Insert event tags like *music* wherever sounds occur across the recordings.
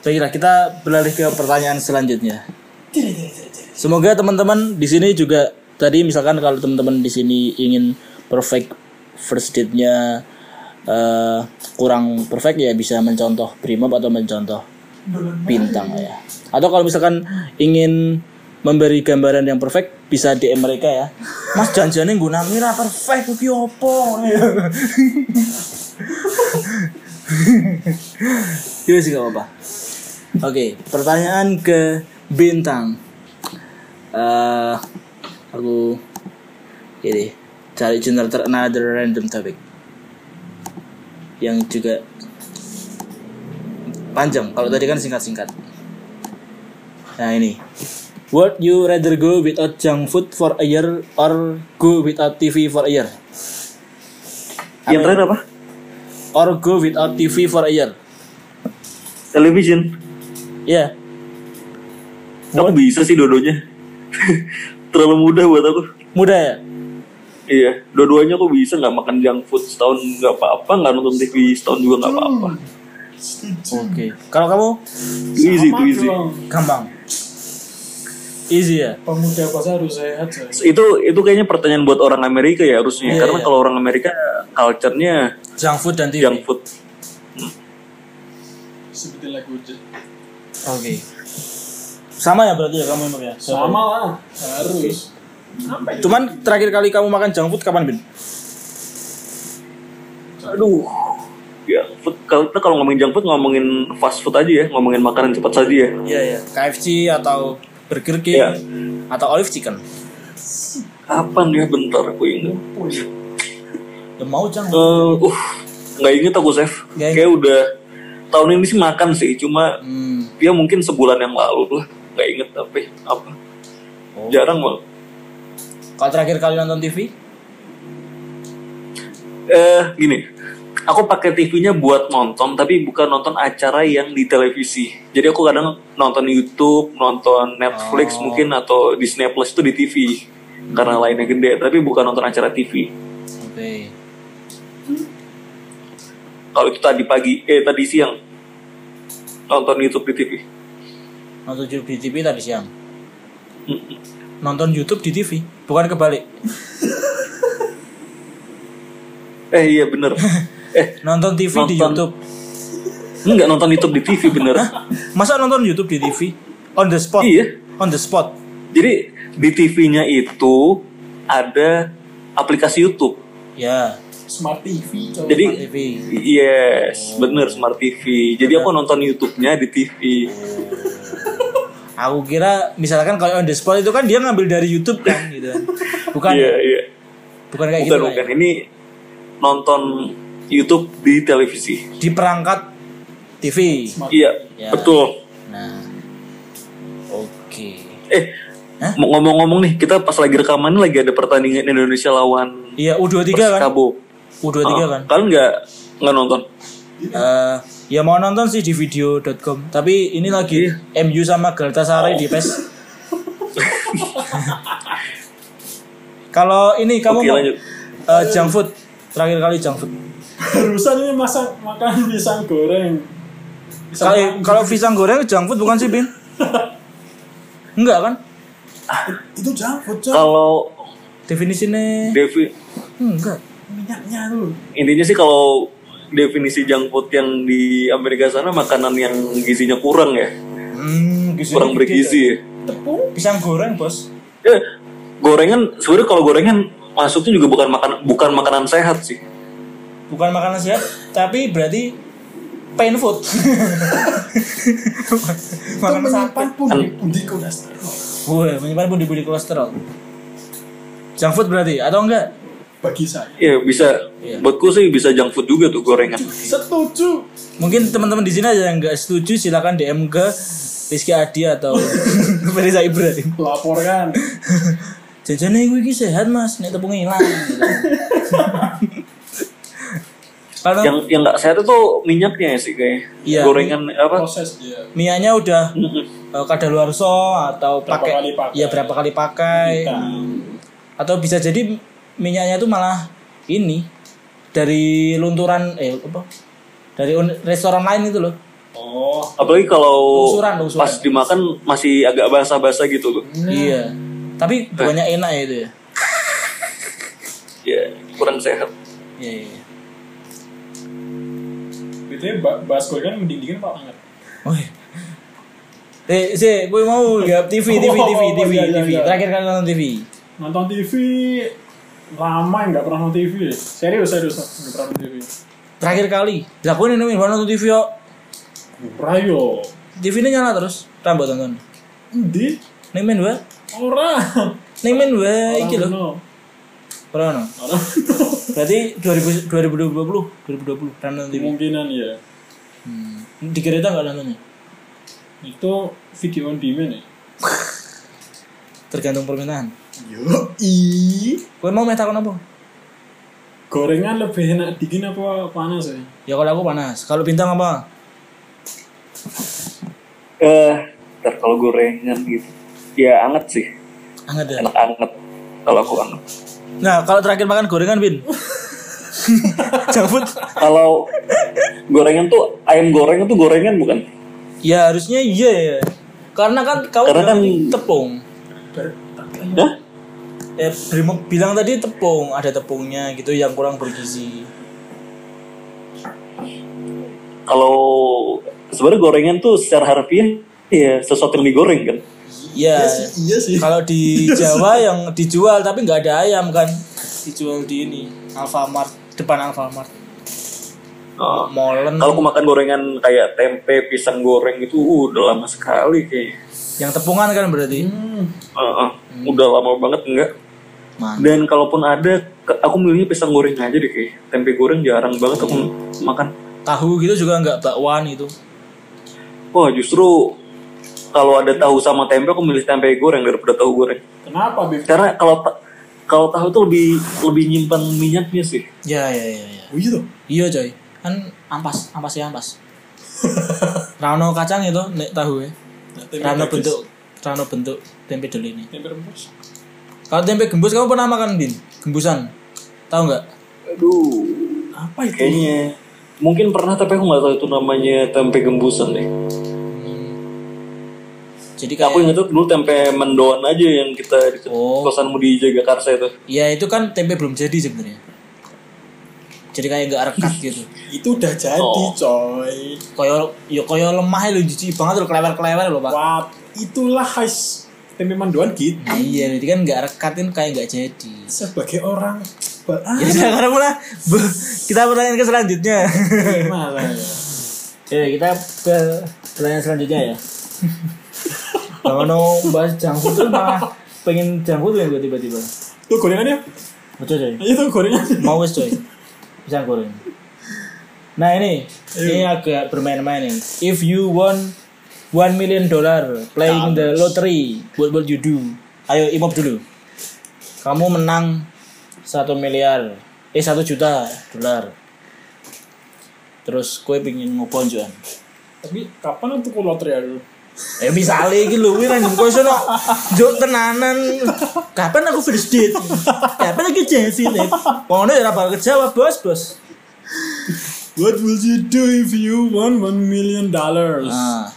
Baiklah, kita beralih ke pertanyaan selanjutnya. Semoga teman-teman di sini juga tadi misalkan kalau teman-teman di sini ingin perfect first date-nya eh, kurang perfect ya bisa mencontoh Brimob atau mencontoh Bintang ya. Atau kalau misalkan ingin memberi gambaran yang perfect bisa DM mereka ya. Mas janjiannya nggunani ra perfect iki opo? *laughs* Iya sih gak apa-apa. Oke, pertanyaan ke bintang. Eh, aku ini cari generator another random topic yang juga panjang. Kalau tadi kan singkat-singkat. Nah ini. Would you rather go without junk food for a year or go without TV for a year? Yang terakhir apa? Or go without TV for a year? Television. Ya. Aku bisa sih dua-duanya. *laughs* Terlalu mudah buat aku. Mudah ya? Iya, dua-duanya aku bisa nggak makan junk food setahun nggak apa-apa, nggak nonton TV setahun juga nggak apa-apa. Oke. Kalau kamu Easy itu easy. gampang. Easy ya. Pemuda pasar harus sehat coy. Itu itu kayaknya pertanyaan buat orang Amerika ya harusnya, Iya, karena iya. kalau orang Amerika culture-nya Junk food dan TV. junk food. Seperti lagu J- Oke. Sama ya berarti ya kamu Nur, ya. sama lah harus. Sampai Cuman terakhir kali kamu makan junk food kapan, Bin? Aduh. Ya, food, kalau kita kalau ngomongin junk food ngomongin fast food aja ya, ngomongin makanan cepat saja ya. Iya, ya. KFC atau Burger King Iya. atau Olive Chicken. Kapan ya bentar aku ingat. Ya mau junk Eh, food. uh, nggak inget aku chef. Nggak ingat. Kayak udah tahun ini sih makan sih, cuma Hmm. dia mungkin sebulan yang lalu lah nggak inget tapi apa Oh. jarang banget Kalau terakhir kali nonton TV? eh gini aku pakai TV-nya buat nonton tapi bukan nonton acara yang di televisi jadi aku kadang nonton YouTube nonton Netflix Oh. mungkin atau Disney Plus itu di TV karena lainnya gede tapi bukan nonton acara TV Oke. kalau itu tadi pagi eh tadi siang nonton YouTube di TV Nonton YouTube di TV tadi siang. Mm-mm. Nonton YouTube di TV, bukan kebalik. eh iya *laughs* bener eh Nonton TV di YouTube. Nonton. nggak nonton YouTube di TV bener Masa nonton YouTube di TV? On the spot. Iya. On the spot. Jadi di TV-nya itu ada aplikasi YouTube. Ya. Smart TV coy. Jadi Smart TV. yes, bener smart TV. Jadi aku nonton YouTube-nya di TV. Aku kira misalkan kalau on the spot itu kan dia ngambil dari YouTube kan gitu. *laughs* Bukan Iya, iya. bukan kayak Bukan gitu. Pak, bukan ya? ini nonton YouTube di televisi. Di perangkat TV. Smart. Iya, Ya. betul. Nah. Oke. Eh, Hah? mau ngomong-ngomong nih, kita pas lagi rekaman ini lagi ada pertandingan Indonesia lawan Iya, U23 kan? Persikabo. U23 Ah, kan? Kalian nggak nggak nonton? Eh, ya mau nonton sih di video.com, tapi ini lagi Iya. MU sama Galatasaray Oh. di *laughs* PES. Kalau ini kamu Oke, mau lanjut. eh, junk food terakhir kali junk food. Barusan ini masak makan pisang goreng. Pisang Kalau goreng. kalau pisang goreng junk food bukan sih, Bin? *laughs* Enggak kan? itu junk food coy. Kalau Definisinya Devi enggak. Minyaknya tuh. intinya sih kalau definisi junk food yang di Amerika sana makanan yang gizinya kurang ya Hmm, gizinya gede, kurang bergizi ya. Tepung. coy. Pisang goreng, Bos. Eh, gorengan sebenarnya kalau gorengan masuknya juga bukan makan bukan makanan sehat sih Bukan makanan sehat, tapi berarti pain food. Itu *laughs* Makanan sehat. menyimpan pundi-pundi kolesterol. Gue menyimpan pundi-pundi kolesterol. Junk food berarti atau enggak? Bagi saya. ya bisa Iya. buatku sih bisa junk food juga tuh gorengan Setuju. Mungkin teman-teman di sini aja yang enggak setuju silakan DM ke Rizky Adi *laughs* atau Feriza Ibrahim. Laporkan. Jajanan gue iki sehat Mas, nek tepungnya hilang. Gitu. Karena yang yang nggak sehat itu minyaknya ya sih kayak Iya. gorengan apa Proses dia. mianya udah Mm-mm. eh, kadaluarsa atau Berapa pakai kali pakai. Iya. ya berapa kali pakai Hitam. atau bisa jadi minyaknya itu malah ini dari lunturan eh apa dari un- restoran lain itu loh Oh, Apalagi kalau Lungsuran, lungsuran. pas dimakan masih agak basah-basah gitu loh. Nah. Iya. Tapi banyak enak ya itu ya. Ya, kurang sehat. Iya, iya, iya. BTW ba- bahas gorengan mending dingin apa hangat? Woi. Eh, sih, gue mau lihat TV, TV, Oh, TV, TV, iya, iya, TV. iya. Terakhir kali nonton TV. Nonton TV lama nggak pernah nonton TV. Serius serius nggak pernah nonton TV. Terakhir kali. Lah gue nemuin baru nonton TV yo. Prayo. TV ini nyala terus. Tambah tonton. Di Neng men wae. orang. Neng men Eh, wae iki lho. Orang Ora ono. Orang Berarti 2000 2020 2020 pernah nonton TV. Kemungkinan ya. Hmm. Di kereta enggak nontonnya? Itu video on demand ya. Tergantung permintaan. Yo i. Gue mau meh takon apa? Gorengan lebih enak dingin apa panas ya? Ya kalau aku panas. Kalau bintang apa? Eh, ntar kalau gorengan gitu. Ya anget sih. Anget ya. Enak anget. Kalau aku anget. Nah, kalau terakhir makan gorengan, Bin. *laughs* Cabut. Kalau gorengan tuh ayam goreng tuh gorengan bukan? Ya, harusnya iya ya. Karena kan kamu Karena bilang kan- tadi tepung. Hah? Eh, Brimo bilang tadi tepung, ada tepungnya gitu yang kurang bergizi. Kalau sebenarnya gorengan tuh secara harfiah ya sesuatu yang digoreng kan. Iya. Iya sih. Kalau *laughs* di Jawa yang dijual tapi nggak ada ayam kan dijual di ini Alfamart depan Alfamart. Oh. Molen Kalau aku makan gorengan kayak tempe, pisang goreng itu uh, udah lama sekali kayaknya. yang tepungan kan berarti. Hmm. Uh, uh, Udah lama banget enggak. Man. Dan kalaupun ada, ke- aku milihnya pisang goreng aja deh kayaknya. Tempe goreng jarang banget aku makan. Tahu gitu juga nggak bakwan itu. Wah justru kalau ada tahu sama tempe, aku milih tempe goreng daripada tahu goreng. Kenapa Bib? Karena kalau ta- kalau tahu tuh lebih lebih nyimpan minyaknya sih. Ya ya ya ya. Oh iya tuh. Iya coy, kan ampas, ampas ya ampas. *laughs* Rano kacang itu nek tahu ya. Nah, Tempe Rano rebus. bentuk, rano bentuk tempe doli ini. Tempe rebus. Kalau tempe gembus kamu pernah makan bin? Gembusan, tahu nggak? Aduh, Apa itu? kayaknya mungkin pernah tapi aku nggak tahu itu namanya tempe gembusan deh. Ya, Jadi Aku kayak, ingat tuh dulu tempe mendoan aja yang kita di Oh. kosanmu di Jakarta itu. ya itu kan tempe belum jadi sebenarnya. Jadi kayak nggak rekat gitu. Itu udah jadi Oh. coy. Koyo, yo koyo lemah lo jijik banget lo kelewer kelewer lo pak. Wah, itulah khas tempe mendoan gitu. Nah, iya, jadi kan nggak rekat kan kayak nggak jadi. Sebagai orang Ah. Ya *laughs* baik sekarang lah, bu- kita pertanyaan ke selanjutnya. *laughs* malah ya. Ya, kita ke pertanyaan selanjutnya *laughs* ya. Kalau mau bahas jangkut tuh malah pengen jangkut yang gue tiba-tiba. Tuh gorengannya. Betul coy. Ayo tuh gorengannya. Mau wes coy. Bisa goreng. Nah ini, ini agak bermain-main nih. If you want one million dollar playing the lottery, what will you do? Ayo imop dulu. Kamu menang satu miliar, eh satu juta dolar. Terus gue pengen ngopon Joan. Tapi kapan aku tuku lotre ya dulu? Eh misalnya iki lho kuwi nang kowe sono juk tenanan. Kapan aku first date? Kapan aku janji nek? Ngono ya ora bakal kejawab, Bos, Bos. What will you do if you won one million dollars? Nah,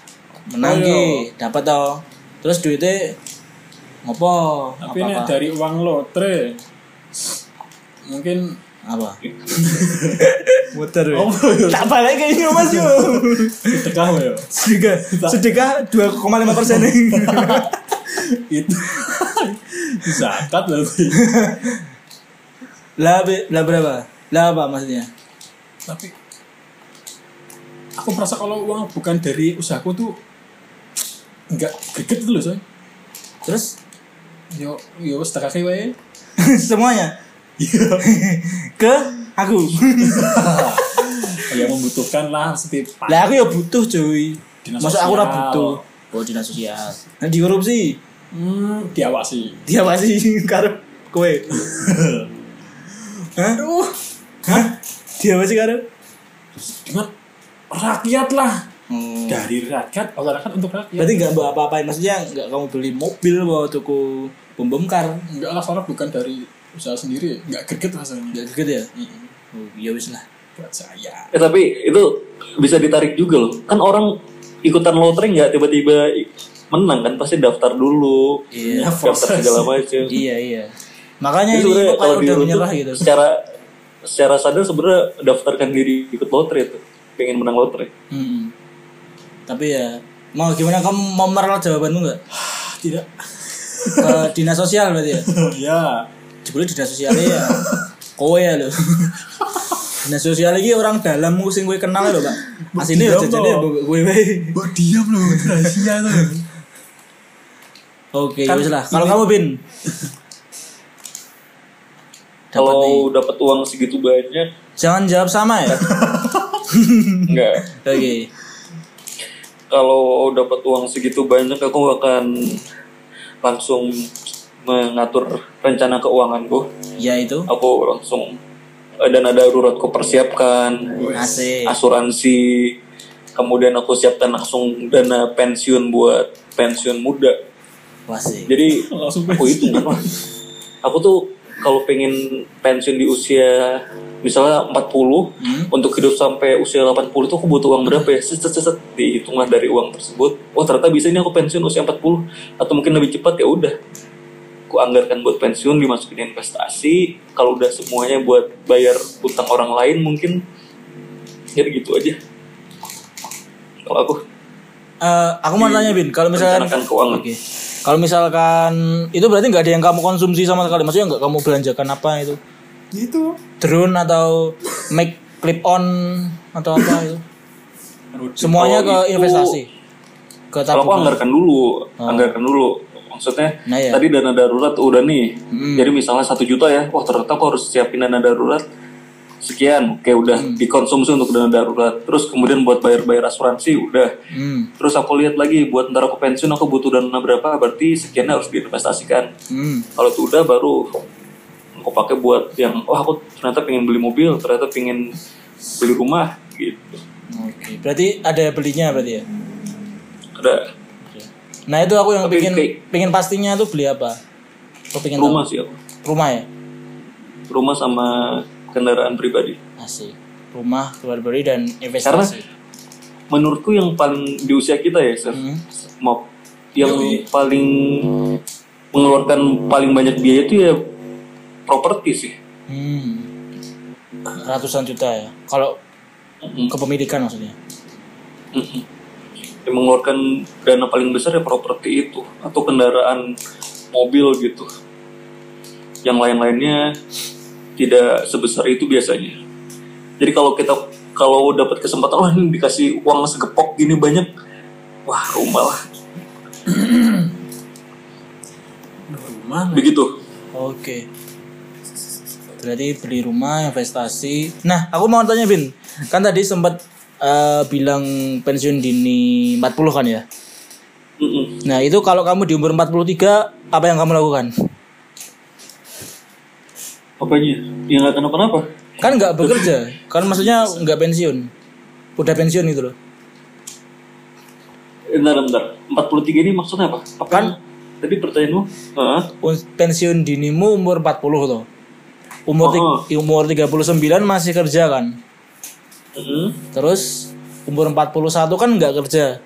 menang Ayo. ki, Ah, dapat toh. Terus duitnya ngopo? Tapi Apa-apa? ini dari uang lotre. Mungkin apa? Muter Oh, *laughs* iya. Tak balik kayaknya Mas yo. sedekah ya. Sedekah, sedekah 2,5 persen. *laughs* Itu zakat lah sih. lah, be- lah berapa? Lah apa maksudnya? Tapi aku merasa kalau uang bukan dari usahaku tuh nggak greget dulu soalnya. Terus *laughs* Yo yo sedekah ki wae. semuanya *laughs* ke aku. Ya membutuhkan lah setiap Lah aku ya butuh cuy. Dinas Masuk aku ora sosial. butuh. Oh dinas sosial. Nah, dikorupsi. hmm, diawasi. Dia masih *laughs* karep kowe. Hah? Hah? Dia masih karep. Dengan rakyat lah. Hmm. Dari rakyat, Allah rakyat untuk rakyat. Berarti nggak mbak apa-apain maksudnya nggak kamu beli mobil mau tuku bom bom kar Enggak ya. lah, soalnya bukan dari usaha sendiri. Enggak greget rasanya. nggak gitu ya? Oh, ya wis lah. buat saya. Eh, tapi itu bisa ditarik juga loh. Kan orang ikutan lotre nggak tiba-tiba i- menang kan pasti daftar dulu, Iya. daftar proses. segala macam. *laughs* iya iya makanya Jadi ini sebenarnya kok kayak kalau udah diurut tuh menyerah gitu secara secara sadar sebenarnya daftarkan diri ikut lotre itu pengen menang lotre. *laughs* Mm-mm. tapi ya mau gimana kamu mau meralat jawabanmu *laughs* nggak Ah, tidak. ke dinas sosial berarti ya *laughs* ya. jebule dinas sosialnya ya kowe ya lo dinas sosial lagi orang dalam sing gue kenal lho pak aslinya ya Diam, jajan ya Pak. mbok gue wae. Buat diam loh, itu rahasia tuh. oke Kan wis lah kalau ini- kamu bin dapat nih Kalau dapat uang segitu *laughs* banyak jangan jawab sama ya nggak oke kalau dapat uang segitu banyak aku akan langsung mengatur rencana keuanganku ya itu aku langsung eh, dana daruratku persiapkan asik asuransi kemudian aku siapkan langsung dana pensiun buat pensiun muda wasik jadi Langsung aku hitung kan aku tuh kalau pengen pensiun di usia misalnya 40 untuk hidup sampai usia 80 tuh aku butuh uang berapa ya set, set, set, set. dihitunglah dari uang tersebut oh ternyata bisa ini aku pensiun usia 40 atau mungkin lebih cepat ya udah aku anggarkan buat pensiun dimasukin investasi kalau udah semuanya buat bayar utang orang lain mungkin jadi gitu aja kalau aku Eh, aku mau nanya Bin, kalau misalkan Merencanakan keuangan. Oke. Kalau misalkan itu berarti nggak ada yang kamu konsumsi sama sekali, maksudnya nggak kamu belanjakan apa itu? Gitu. Drone atau make clip on atau apa itu? Aduh, Semuanya ke Kalau itu- investasi. Ke Kalau aku tabungan. anggarkan dulu, anggarkan dulu. Maksudnya Ah. Nah, iya. Hmm. tadi dana darurat udah nih. Jadi misalnya satu juta ya, wah ternyata aku harus siapin dana darurat sekian, oke udah Hmm. dikonsumsi untuk dana darurat. Terus kemudian buat bayar-bayar asuransi udah. Hmm. Terus aku lihat lagi buat ntar aku pensiun aku butuh dana berapa, berarti sekiannya harus diinvestasikan. Hmm. Kalau itu udah baru aku pakai buat yang wah aku ternyata pengen beli mobil, ternyata pengen beli rumah gitu. Oke. Berarti ada belinya berarti ya. Ada Nah itu aku yang Iya. Tapi pengen kayak- pengen pastinya tuh beli apa? Aku pengen tahu. rumah sih aku. Rumah ya. Rumah sama kendaraan pribadi. Asik. Rumah, keluar beli dan Karena investasi. menurutku yang paling di usia kita ya, Sir, Hmm. mau yang paling mengeluarkan paling banyak biaya itu ya properti sih. Hmm. Ratusan juta ya. Kalau Mm-mm. kepemilikan maksudnya. Mm-mm. Yang mengeluarkan dana paling besar ya properti itu atau kendaraan mobil gitu. Yang lain-lainnya tidak sebesar itu biasanya. Jadi kalau kita kalau dapat kesempatan wah ini dikasih uang segepok gini banyak, wah rumah lah. Rumah. Begitu. Oke. Berarti beli rumah, investasi. Nah, aku mau tanya Bin, kan tadi sempat eh, bilang pensiun dini 40 kan ya? Mm-mm. Nah, itu kalau kamu di umur 43, apa yang kamu lakukan? Apanya? Ya nggak kenapa-napa. Kan nggak bekerja, kan maksudnya nggak pensiun. Udah pensiun gitu loh. Eh, Bentar, bentar. 43 ini maksudnya apa? apa Kan- Tadi pertanyaanmu? Heeh. Un- Pensiun dinimu umur 40 tuh. Umur ti- umur 39 masih kerja kan. Heeh. Terus umur 41 kan nggak kerja.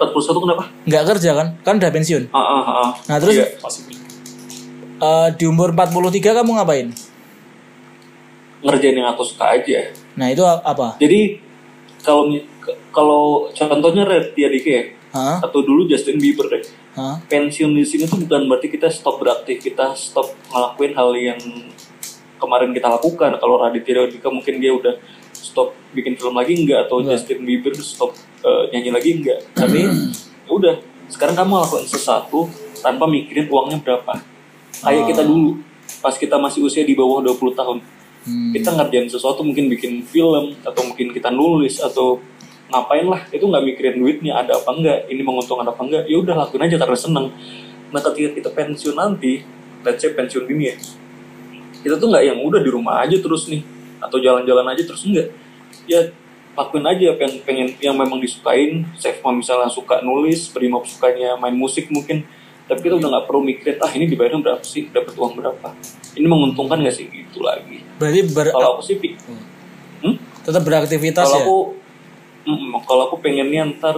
41 kenapa? Nggak kerja kan? Kan udah pensiun. Ah, ah, ah, ah. Nah, terus Iya. Pasti beli. Eh, di umur 43 kamu ngapain? ngerjain yang aku suka aja. Nah itu a- apa? Jadi kalau mi- k- kalau contohnya Red ya Dike ya, Hah? atau dulu Justin Bieber deh. Hah? Pensiun di sini tuh bukan berarti kita stop beraktif, kita stop ngelakuin hal yang kemarin kita lakukan. Kalau Raditya Dika mungkin dia udah stop bikin film lagi enggak atau Justin Bieber stop eh, nyanyi lagi enggak. Tapi ya udah, sekarang kamu lakukan sesuatu tanpa mikirin uangnya berapa. Kayak kita dulu pas kita masih usia di bawah 20 tahun. Hmm. kita ngerjain sesuatu mungkin bikin film atau mungkin kita nulis atau ngapain lah itu nggak mikirin duitnya ada apa enggak ini menguntungkan apa enggak ya udah lakuin aja karena seneng nah ketika kita pensiun nanti let's say pensiun dini ya kita tuh nggak yang udah di rumah aja terus nih atau jalan-jalan aja terus enggak ya lakuin aja apa yang pengen yang memang disukain saya misalnya suka nulis Primo sukanya main musik mungkin tapi kita udah nggak perlu mikirin ah ini dibayarnya berapa sih dapat uang berapa ini menguntungkan nggak sih gitu lagi Berarti ber- kalau aku sih Pi, Hmm? tetap beraktivitas kalau ya aku mm, kalau aku pengennya ntar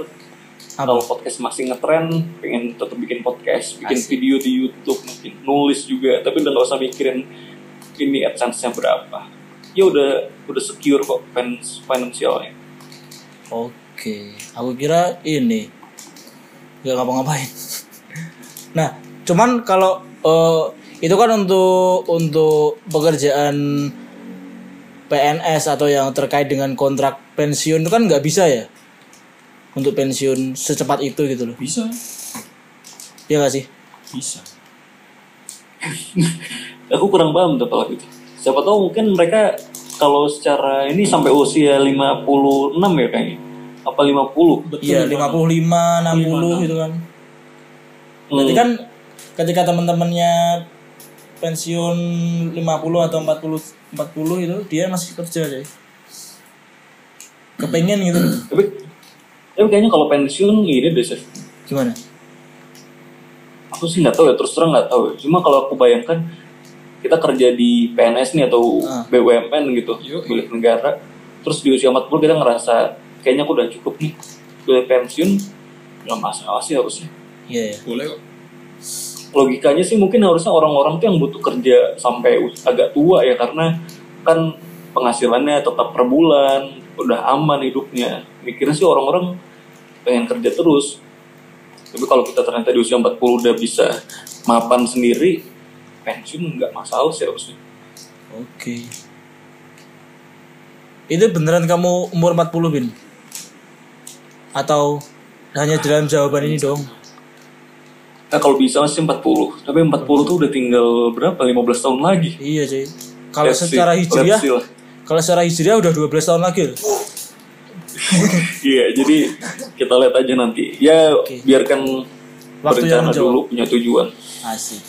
Apa? kalau podcast masih ngetren pengen tetap bikin podcast bikin video di YouTube mungkin nulis juga tapi udah nggak usah mikirin ini adsense nya berapa ya udah udah secure kok fans finansialnya oke aku kira ini nggak ngapa-ngapain *laughs* nah cuman kalau eh, itu kan untuk untuk pekerjaan PNS atau yang terkait dengan kontrak pensiun itu kan nggak bisa ya untuk pensiun secepat itu gitu loh bisa ya nggak sih bisa aku kurang paham tuh kalau itu siapa tahu mungkin mereka kalau secara ini sampai usia 56 ya kayaknya apa 50 betul Iya, Iya, 55, 60 gitu kan. Hmm. Berarti kan ketika teman-temannya pensiun 50 atau 40 40 itu dia masih kerja aja. Kepengen *clears throat* gitu. tapi tapi kayaknya kalau pensiun ini deh Chef. Gimana? aku sih nggak tahu ya terus terang nggak tahu ya. cuma kalau aku bayangkan kita kerja di PNS nih atau Ah. BUMN gitu Yoi. milik negara terus di usia 40 kita ngerasa kayaknya aku udah cukup nih boleh pensiun nggak masalah sih harusnya Iya ya. boleh kok logikanya sih mungkin harusnya orang-orang tuh yang butuh kerja sampai us- agak tua ya karena kan penghasilannya tetap per bulan udah aman hidupnya mikirnya sih orang-orang pengen kerja terus tapi kalau kita ternyata di usia 40 udah bisa mapan sendiri pensiun nggak masalah sih harusnya Oke. Itu beneran kamu umur 40, Bin? Atau hanya dalam jawaban ini dong? nah, kalau bisa sih 40 tapi 40 tuh udah tinggal berapa 15 tahun lagi Iya, cuy. Kalau Let's see. secara Let's hijriah, see lah. kalau secara hijriah udah 12 tahun lagi loh. Iya, jadi kita lihat aja nanti. Ya, biarkan Waktu yang berencana menjawab. dulu punya tujuan. Asik.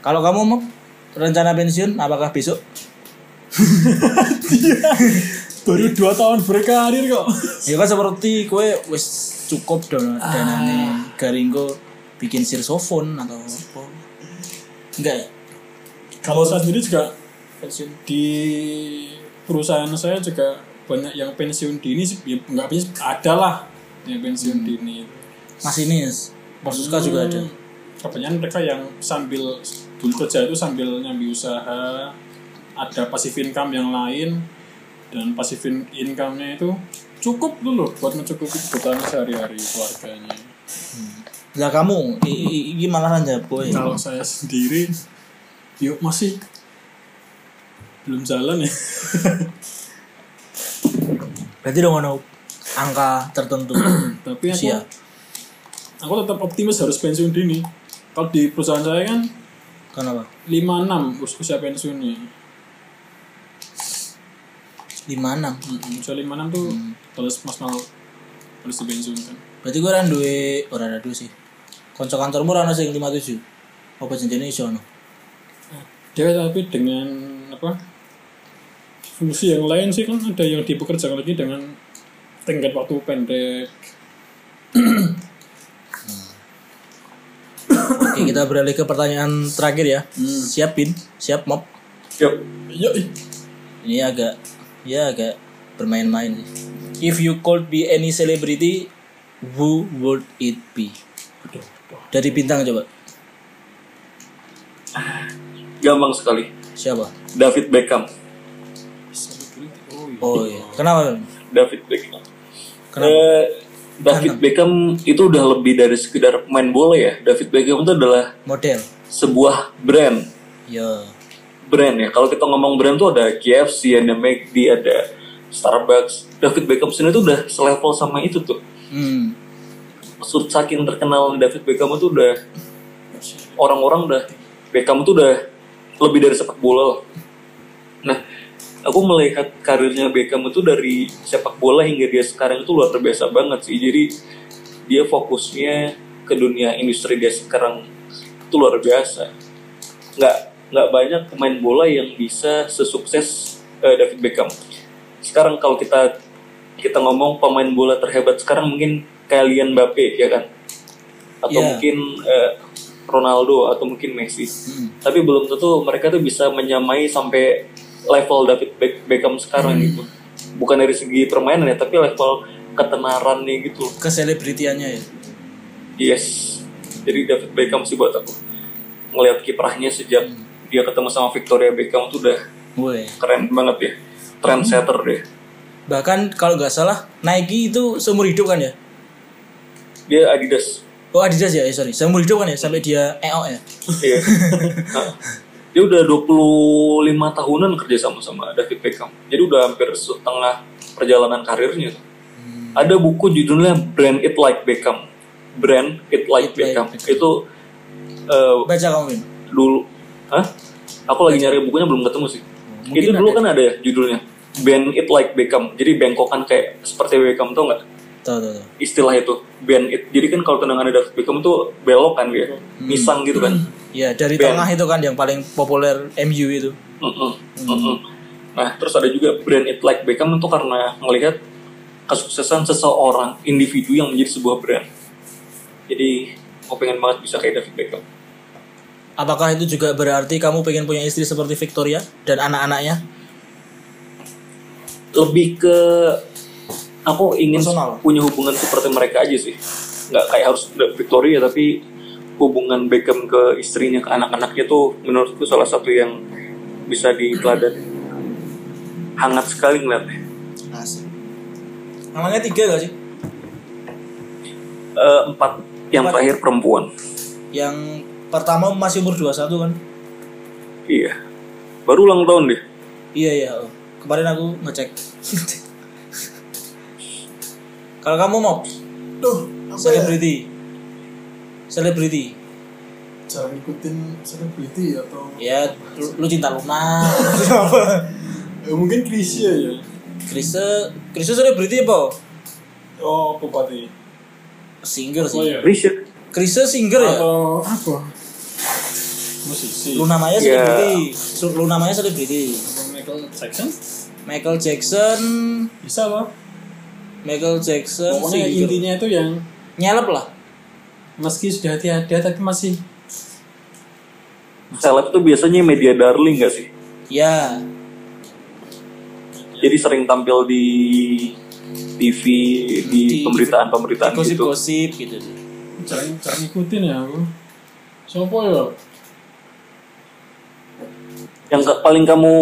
Kalau kamu mau rencana pensiun apakah besok? baru dua tahun berkarir *laughs* kok Ya kan seperti kue wis cukup dan Ah. danane garinggo bikin sirsofon atau apa. Enggak ya? kalau saya sendiri juga Pensiun. di perusahaan saya juga banyak yang pensiun dini sih ya, nggak pensiun ada lah yang pensiun dini Mas ini Mas Suska juga ada. Hmm, kebanyakan mereka yang sambil dulu kerja itu sambil nyambi usaha ada passive income yang lain dan passive in- income-nya itu cukup dulu buat mencukupi kebutuhan sehari-hari keluarganya Lah kamu i- i- ini malahan jawab kowe. kalau saya sendiri yuk masih belum jalan ya *laughs* Berarti dong ono angka *clears throat* tertentu. ya, tapi Iya, aku Usia. aku tetap optimis harus pensiun dini kalau di perusahaan saya kan Kenapa? 56 us- usia pensiunnya 56. Mm, usia 56 tuh terus mas mal harus dipensiunkan Berarti gue orang duwe ora ada duwe sih. Konco kantormu ora ono sing 57. Apa jenjene iso ono? dia tapi dengan apa fungsi yang lain sih kan ada yang dipekerjakan lagi dengan tingkat waktu pendek Oke, kita beralih ke pertanyaan terakhir ya. Hmm. Siapin, siap mob. Yuk. iya ih. Ini agak ya agak bermain-main sih. If you could be any celebrity, who would it be? Aduh, aduh. Dari bintang coba. Gampang sekali. Siapa? David Beckham. Selebriti. Oh oh iya iya. Kenapa? Bang? David Beckham. Kenapa? Eh, David Beckham itu udah lebih dari sekedar pemain bola ya. David Beckham itu adalah Model. sebuah brand. Ya. Brand ya. Kalau kita ngomong brand tuh ada KFC, ada McD, ada Starbucks. David Beckham sendiri tuh udah selevel sama itu tuh. Hmm. Sur- saking terkenal David Beckham itu udah orang-orang udah Beckham itu udah lebih dari sepak bola lah. Nah, aku melihat karirnya Beckham itu dari sepak bola hingga dia sekarang itu luar biasa banget sih. Jadi dia fokusnya ke dunia industri dia sekarang itu luar biasa. Nggak nggak banyak pemain bola yang bisa sesukses eh, David Beckham. Sekarang kalau kita kita ngomong pemain bola terhebat sekarang mungkin kalian Mbappe ya kan? Atau Iya. mungkin eh, Ronaldo atau mungkin Messi. Tapi belum tentu mereka tuh bisa menyamai sampai level David Beck- Beckham sekarang gitu. bukan dari segi permainan ya tapi level ketenarannya gitu keselebritiannya ya yes jadi David Beckham sih buat aku ngelihat kiprahnya sejak dia ketemu sama Victoria Beckham tuh udah Woi. keren banget ya trendsetter deh bahkan kalau nggak salah Nike itu seumur hidup kan ya dia Adidas oh Adidas ya, ya sorry seumur hidup kan ya sampai dia EO ya Iya. Nah, dia udah 25 tahunan kerja sama sama David Beckham. Jadi udah hampir setengah perjalanan karirnya. tuh. Hmm. Ada buku judulnya Brand It Like Beckham. Brand It Like It Like Beckham. Beckham. Itu eh, baca kamu Vin dulu Hah? Aku lagi nyari bukunya belum ketemu sih. Mungkin itu dulu ada. kan ada ya judulnya. Bend It Like Beckham. Jadi bengkokan kayak seperti Beckham tuh nggak? tahu tahu tahu. Istilah itu. Bend It. Jadi kan kalau tendangan David Beckham tuh belok kan dia. Hmm. Misang gitu kan. ya dari Ben. tengah itu kan yang paling populer MU itu Mm-mm, Hmm. mm-mm. Nah, terus ada juga brand it like Beckham itu karena melihat kesuksesan seseorang individu yang menjadi sebuah brand. Jadi, aku pengen banget bisa kayak David Beckham. apakah itu juga berarti kamu pengen punya istri seperti Victoria dan anak-anaknya Lebih ke aku ingin Personal. punya hubungan seperti mereka aja sih. Nggak kayak harus Victoria tapi hubungan Beckham ke istrinya ke anak-anaknya tuh menurutku salah satu yang bisa diteladani. Hangat sekali ngeliatnya. asik namanya tiga gak sih Eh, empat yang Empat. terakhir perempuan. yang pertama masih umur 21 kan Iya. Baru ulang tahun deh. Iya iya. oh. Kemarin aku ngecek. *laughs* Kalau kamu mau Duh, apa ya? selebriti, selebriti, Cara ngikutin selebriti atau ya lu, lu cinta *laughs* Luna. Eh, mungkin Krisya ya? Krista, Krista selebriti apa? Oh, Bupati. Singer Oh sih. iya. Richard. Krista singer ya. Atau apa? Musisi. Luna Maya Iya. selebriti. Su- Luna Maya selebriti. Atau Michael Jackson? Michael Jackson, Bisa loh. Michael Jackson Pokoknya iya. singer. intinya itu yang Nyelep lah. meski sudah tiada tapi masih Seleb tuh biasanya media darling gak sih? Ya, Jadi sering tampil di TV, di Di- pemberitaan-pemberitaan gitu. gosip-gosip gitu sih. cara cara ngikutin ya aku. Sopo ya? Yang ke- paling kamu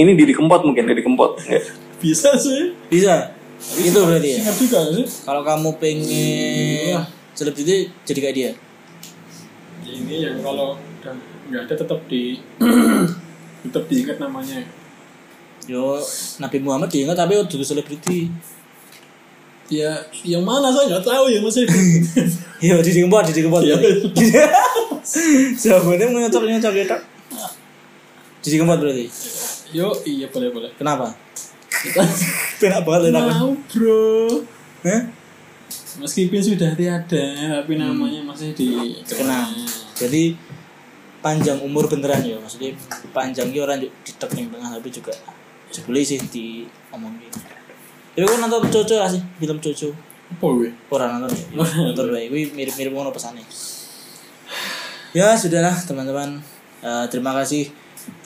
ini Didi Kempot mungkin Didi Kempot. Iya. nggak? Bisa sih. Bisa. Itu berarti ya. Ngerti gak sih? Kalau kamu pengen Iya. selebriti jadi kayak dia. Ya, ini yang kalau udah nggak ada tetap *clears throat* di tetap diingat namanya. Yo, Nabi Muhammad diingat tapi dulu selebriti. Ya, yang mana saya nggak tahu ya, yang masih. Yo, di kempot, di kempot. Iya. *laughs* Jawabannya menyocok nyocok gitu. Jadi kempot berarti. *laughs* Yo, iya boleh boleh. Kenapa? Penak banget enak. Mau bro. Hah? Meskipun sudah tiada, tapi namanya masih di Kenal. Jadi panjang umur beneran ya maksudnya panjangnya orang di ditek yang tengah tapi juga sebeli sih di omongin. Jadi kan nonton Jojo gak sih film Jojo. Apa gue? orang nonton ya nonton baik gue mirip-mirip ngono pesannya ya sudahlah teman-teman Eh, terima kasih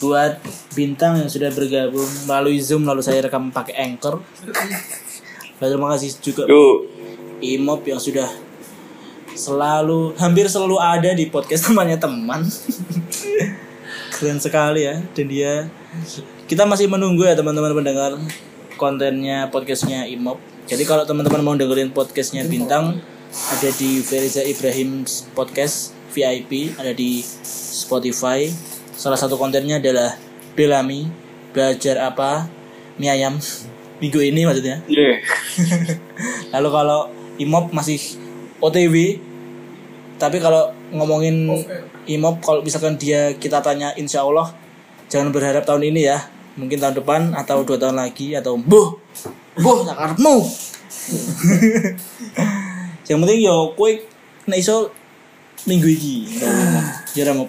buat bintang yang sudah bergabung melalui zoom lalu saya rekam pakai anchor Dan terima kasih juga Yo, Imop yang sudah selalu hampir selalu ada di podcast *laughs* temannya teman keren sekali ya dan dia kita masih menunggu ya teman-teman pendengar kontennya podcastnya Imop jadi kalau teman-teman mau dengerin podcastnya Bintang ada di Feriza Ibrahim podcast VIP ada di Spotify salah satu kontennya adalah Belami belajar apa mie ayam *laughs* minggu ini maksudnya yeah. *laughs* Lalu kalau Imop masih OTW, tapi kalau ngomongin Imop, kalau misalkan dia kita tanya, insya Allah jangan berharap tahun ini ya, mungkin tahun depan atau dua tahun lagi atau boh, boh sakarepmu. *laughs* Yang penting yo kue nek iso minggu iki. Ya ra mop.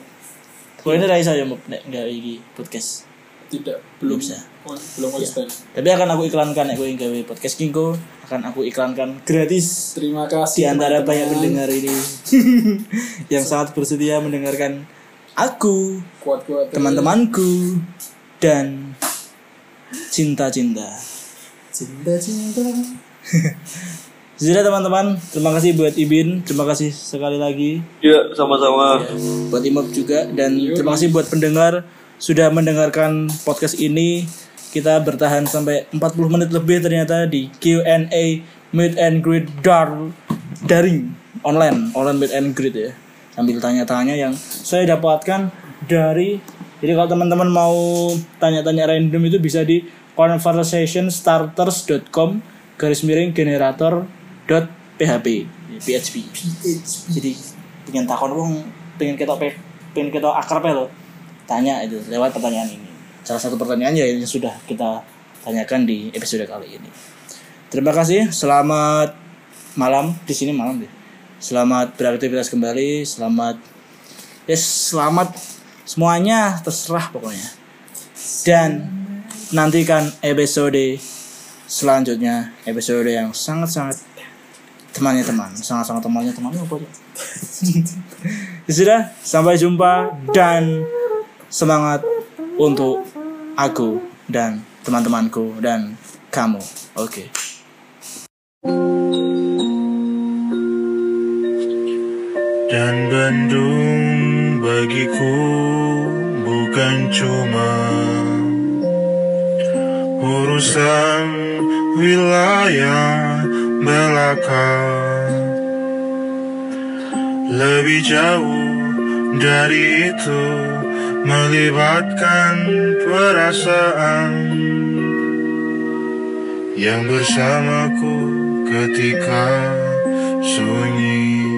Kowe nek ra iso ya mop nek nggak iki podcast. Tidak, belum Bisa. kon- belum konsisten. Tapi akan aku iklankan nek kowe gawe podcast kingko akan aku iklankan gratis Terima di kasih antara banyak teman-teman. pendengar ini *laughs* yang sangat bersedia mendengarkan aku, kuat-kuat terus. teman-temanku, dan cinta-cinta. Cinta cinta. Sudah teman-teman, terima kasih buat Ibin, terima kasih sekali lagi Ya, sama-sama. buat Imop juga dan terima kasih buat pendengar sudah mendengarkan podcast ini. Kita bertahan sampai 40 menit lebih ternyata di Q&A Meet and Greet dar daring online, online meet and greet ya. Sambil tanya-tanya yang saya dapatkan dari jadi kalau teman-teman mau tanya-tanya random itu bisa di conversationstarters.com garis miring generator.php PHP jadi pengen takon wong pengen kita pe- pengen kita akrab ya lo tanya itu lewat pertanyaan ini salah satu pertanyaan ya yang sudah kita tanyakan di episode kali ini terima kasih selamat malam di sini malam deh selamat beraktivitas kembali selamat yes selamat semuanya terserah pokoknya dan nantikan episode selanjutnya episode yang sangat-sangat temannya teman sangat-sangat temannya temannya apa ya? Ya *laughs* sudah, sampai jumpa dan semangat untuk aku dan teman-temanku dan kamu. Oke. Dan Bandung bagiku bukan cuma urusan wilayah belaka Lebih jauh dari itu melibatkan perasaan Yang bersamaku ketika sunyi